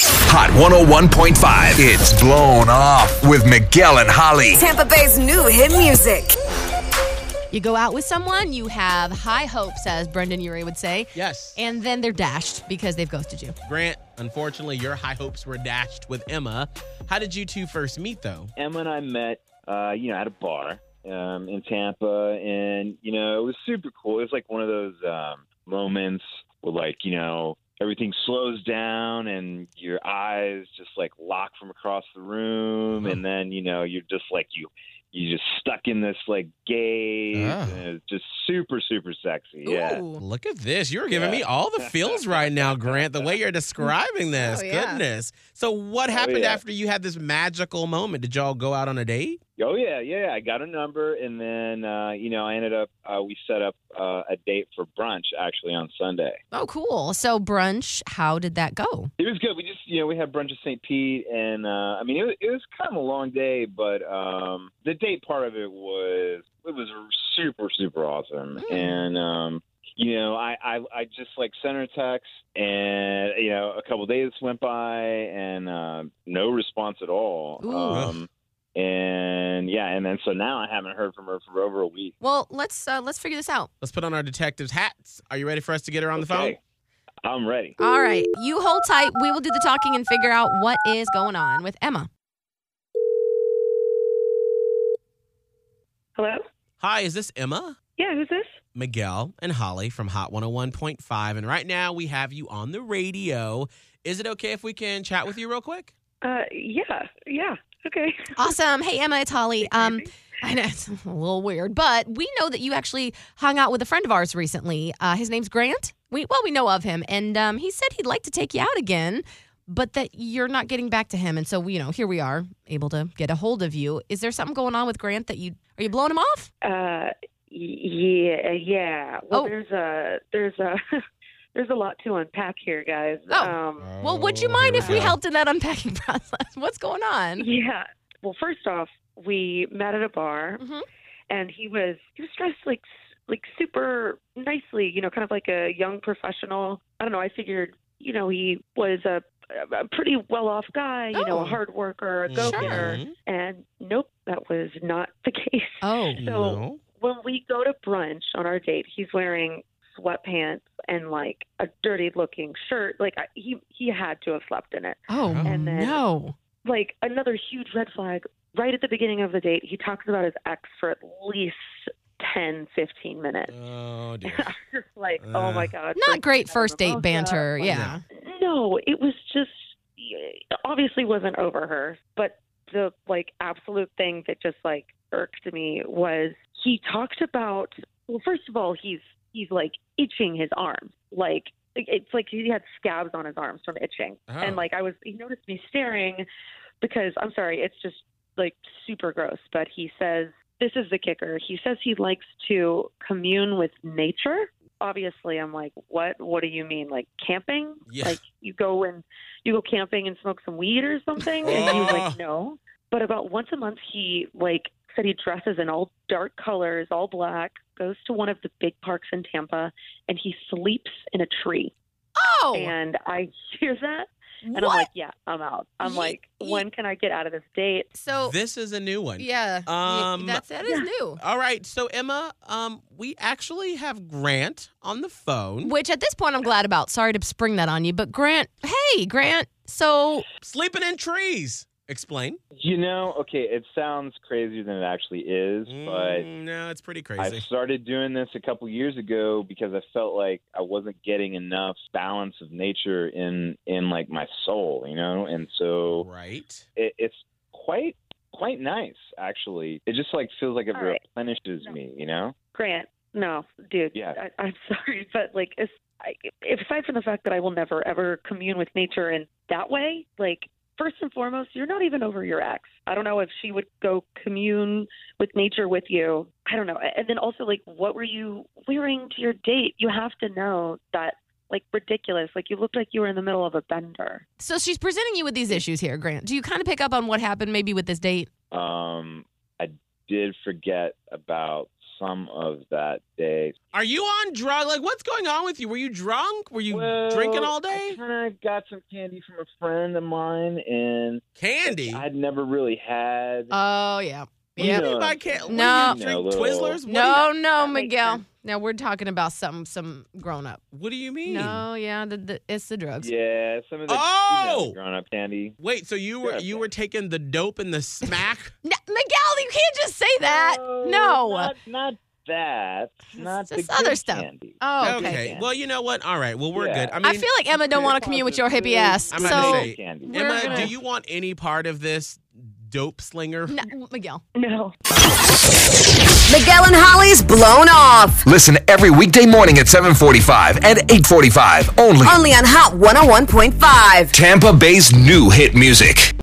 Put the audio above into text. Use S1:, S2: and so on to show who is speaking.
S1: Hot 101.5. It's blown off with Miguel and Holly.
S2: Tampa Bay's new hit music.
S3: You go out with someone, you have high hopes, as Brendan Urie would say.
S4: Yes.
S3: And then they're dashed because they've ghosted you.
S4: Grant, unfortunately, your high hopes were dashed with Emma. How did you two first meet, though?
S5: Emma and I met, uh, you know, at a bar um, in Tampa, and you know, it was super cool. It was like one of those um, moments where, like, you know, everything slows down, and your eyes just like lock from across the room,
S4: Mhm.
S5: and then you know, you're just like you, you just stuck in this like gaze,
S4: Ah.
S5: and it was just super, super sexy. Yeah.
S3: Ooh.
S4: Look at this. You're giving
S5: Yeah.
S4: me all the feels right now, Grant, the way you're describing this.
S3: Oh, yeah.
S4: Goodness. So, what
S5: Oh,
S4: happened
S5: yeah.
S4: after you had this magical moment? Did y'all go out on a date?
S5: Oh yeah, yeah. I got a number, and then uh, you know I ended up. Uh, we set up uh, a date for brunch actually on Sunday.
S3: Oh, cool. So, brunch, how did that go?
S5: It was good. We just you know we had brunch at St. Pete, and uh, I mean it was, it was kind of a long day, but um, the date part of it was it was super super awesome,
S4: Hmm.
S3: Mm.
S5: and um, you know I, I I just like sent her a text, and you know a couple days went by, and uh, no response at all.
S3: Ooh.
S5: Um, and yeah, and then so now I haven't heard from her for over a week.
S3: Well, let's uh, let's figure this out.
S4: Let's put on our detectives' hats. Are you ready for us to get her on the phone?
S5: Okay. I'm ready.
S3: All right, you hold tight. We will do the talking and figure out what is going on with Emma.
S6: Hello?
S4: Hi, is this Emma?
S6: Yeah, who's this?
S4: Miguel and Holly from Hot 101.5. And right now we have you on the radio. Is it okay if we can chat with you real quick?
S6: Uh, yeah, yeah, okay.
S3: Awesome. Hey, Emma, it's Holly. Um,
S6: Crazy.
S3: I know it's a little weird, but we know that you actually hung out with a friend of ours recently. Uh, his name's Grant. We well, we know of him, and um, he said he'd like to take you out again, but that you're not getting back to him, and so you know here we are able to get a hold of you. Is there something going on with Grant that you are you blowing him off?
S6: Uh, y- yeah, yeah. Well,
S3: Oh.
S6: there's a, there's a, there's a lot to unpack here, guys.
S3: Oh.
S6: Um,
S3: well, would you
S4: Oh,
S3: mind
S4: here
S3: if we
S4: go.
S3: helped in that unpacking process? What's going on?
S6: yeah. Well, first off, we met at a bar,
S3: Mhm.
S6: and he was he was dressed like s- like super nicely, you know, kind of like a young professional. I don't know. I figured, you know, he was a a pretty well-off guy, you know,
S3: Oh.
S6: a hard worker, a go-getter,
S4: Mhm.
S6: and nope, that was not the case.
S3: Oh,
S6: So-
S4: No.
S6: when we go to brunch on our date, he's wearing sweatpants and like a dirty looking shirt. Like I, he he had to have slept in it.
S3: oh
S6: And then-
S3: no!
S6: Like another huge red flag. Right at the beginning of the date, he talks about his ex for at least 10, 15 minutes.
S4: Oh,
S6: And
S4: dear.
S6: I was like, oh my
S4: Uh,
S6: god,
S3: Not
S6: Like,
S3: great
S6: I
S3: first
S6: don't know
S3: date banter.
S6: about
S3: Yeah.
S6: that. No, it was just it obviously wasn't over her, but the like absolute thing that just like irked me was he talked about well first of all he's he's like itching his arm like it's like he had scabs on his arms from itching
S4: Oh.
S6: and like i was he noticed me staring because i'm sorry it's just like super gross but he says this is the kicker he says he likes to commune with nature obviously i'm like what what do you mean like camping
S4: Yeah.
S6: like you go and you go camping and smoke some weed or something and he was
S4: Oh.
S6: like no but about once a month he like said he dresses in all dark colors all black goes to one of the big parks in tampa and he sleeps in a tree
S3: Oh,
S6: and i hear that and i'm
S3: what?
S6: like yeah i'm out i'm
S3: Ye-
S6: like
S3: ye-
S6: when can i get out of this date
S3: So
S4: this is a new one.
S3: yeah, y-
S4: Um,
S3: that's that is new.
S4: All right, so Emma, um, we actually have Grant on the phone.
S3: Which at this point I'm glad about. Sorry to spring that on you, but Grant, hey Grant. So
S4: Sleeping in trees. Explain.
S5: You know, okay, it sounds crazier than it actually is, but
S4: Mm, no, it's pretty
S5: I
S4: crazy.
S5: started doing this a couple years ago because I felt like I wasn't getting enough balance of nature in in like my soul, you know, and so
S4: right.
S5: it, it's quite quite nice actually. It just like feels like it
S6: All right.
S5: replenishes
S6: No.
S5: me, you know.
S6: grant no dude
S5: Yeah.
S6: I, i'm sorry but like as, I, aside from the fact that i will never ever commune with nature in that way like first and foremost you're not even over your ex i don't know if she would go commune with nature with you i don't know and then also like what were you wearing to your date you have to know that like ridiculous like you looked like you were in the middle of a bender
S3: so she's presenting you with these issues here, Grant. Do you kind of pick up on what happened maybe with this date?
S5: Um, I did Um, forget about some of that day.
S4: Are you on drug? Like, what's going on with you? Were you drunk? Were you
S5: Well,
S4: drinking all
S5: I
S4: day?
S5: kind of got some candy from a friend of mine, and
S4: Candy.
S5: I'd never really had.
S4: Uh,
S3: Oh yeah. Yeah.
S4: What do you mean by candy?
S3: No.
S4: What do you drink?
S5: No, little-
S4: Twizzlers? What
S3: No, no,
S6: That makes
S3: Miguel.
S6: sense.
S3: Now we're talking about some some grown up.
S4: do you- what do you mean?
S3: No, yeah, the, the, it's the drugs.
S5: yeah, some of the
S4: Oh!
S5: you know, grown-up candy.
S4: Wait, so you were
S5: Yeah.
S4: you were taking the dope and the smack?
S3: No, Miguel, you can't just say that. No.
S5: not, not that. Not
S3: just
S5: the
S3: other
S5: good
S3: stuff.
S5: Candy.
S3: oh, okay.
S4: okay. Well, you know what? All right. Well, we're
S5: Yeah.
S4: good. I mean,
S3: I, feel like Emma don't want to commune with your hippie ass.
S4: I'm
S3: so,
S4: not
S5: Not
S4: gonna
S5: the
S4: say-
S5: good candy.
S3: we're
S4: Emma,
S3: gonna-
S4: do you want any part of this dope slinger?
S3: no, Miguel.
S6: No.
S2: Miguel and Holly's blown off.
S1: Listen every weekday morning at 745 and 845 only
S2: Only on Hot 101.5.
S1: Tampa Bay's new hit music.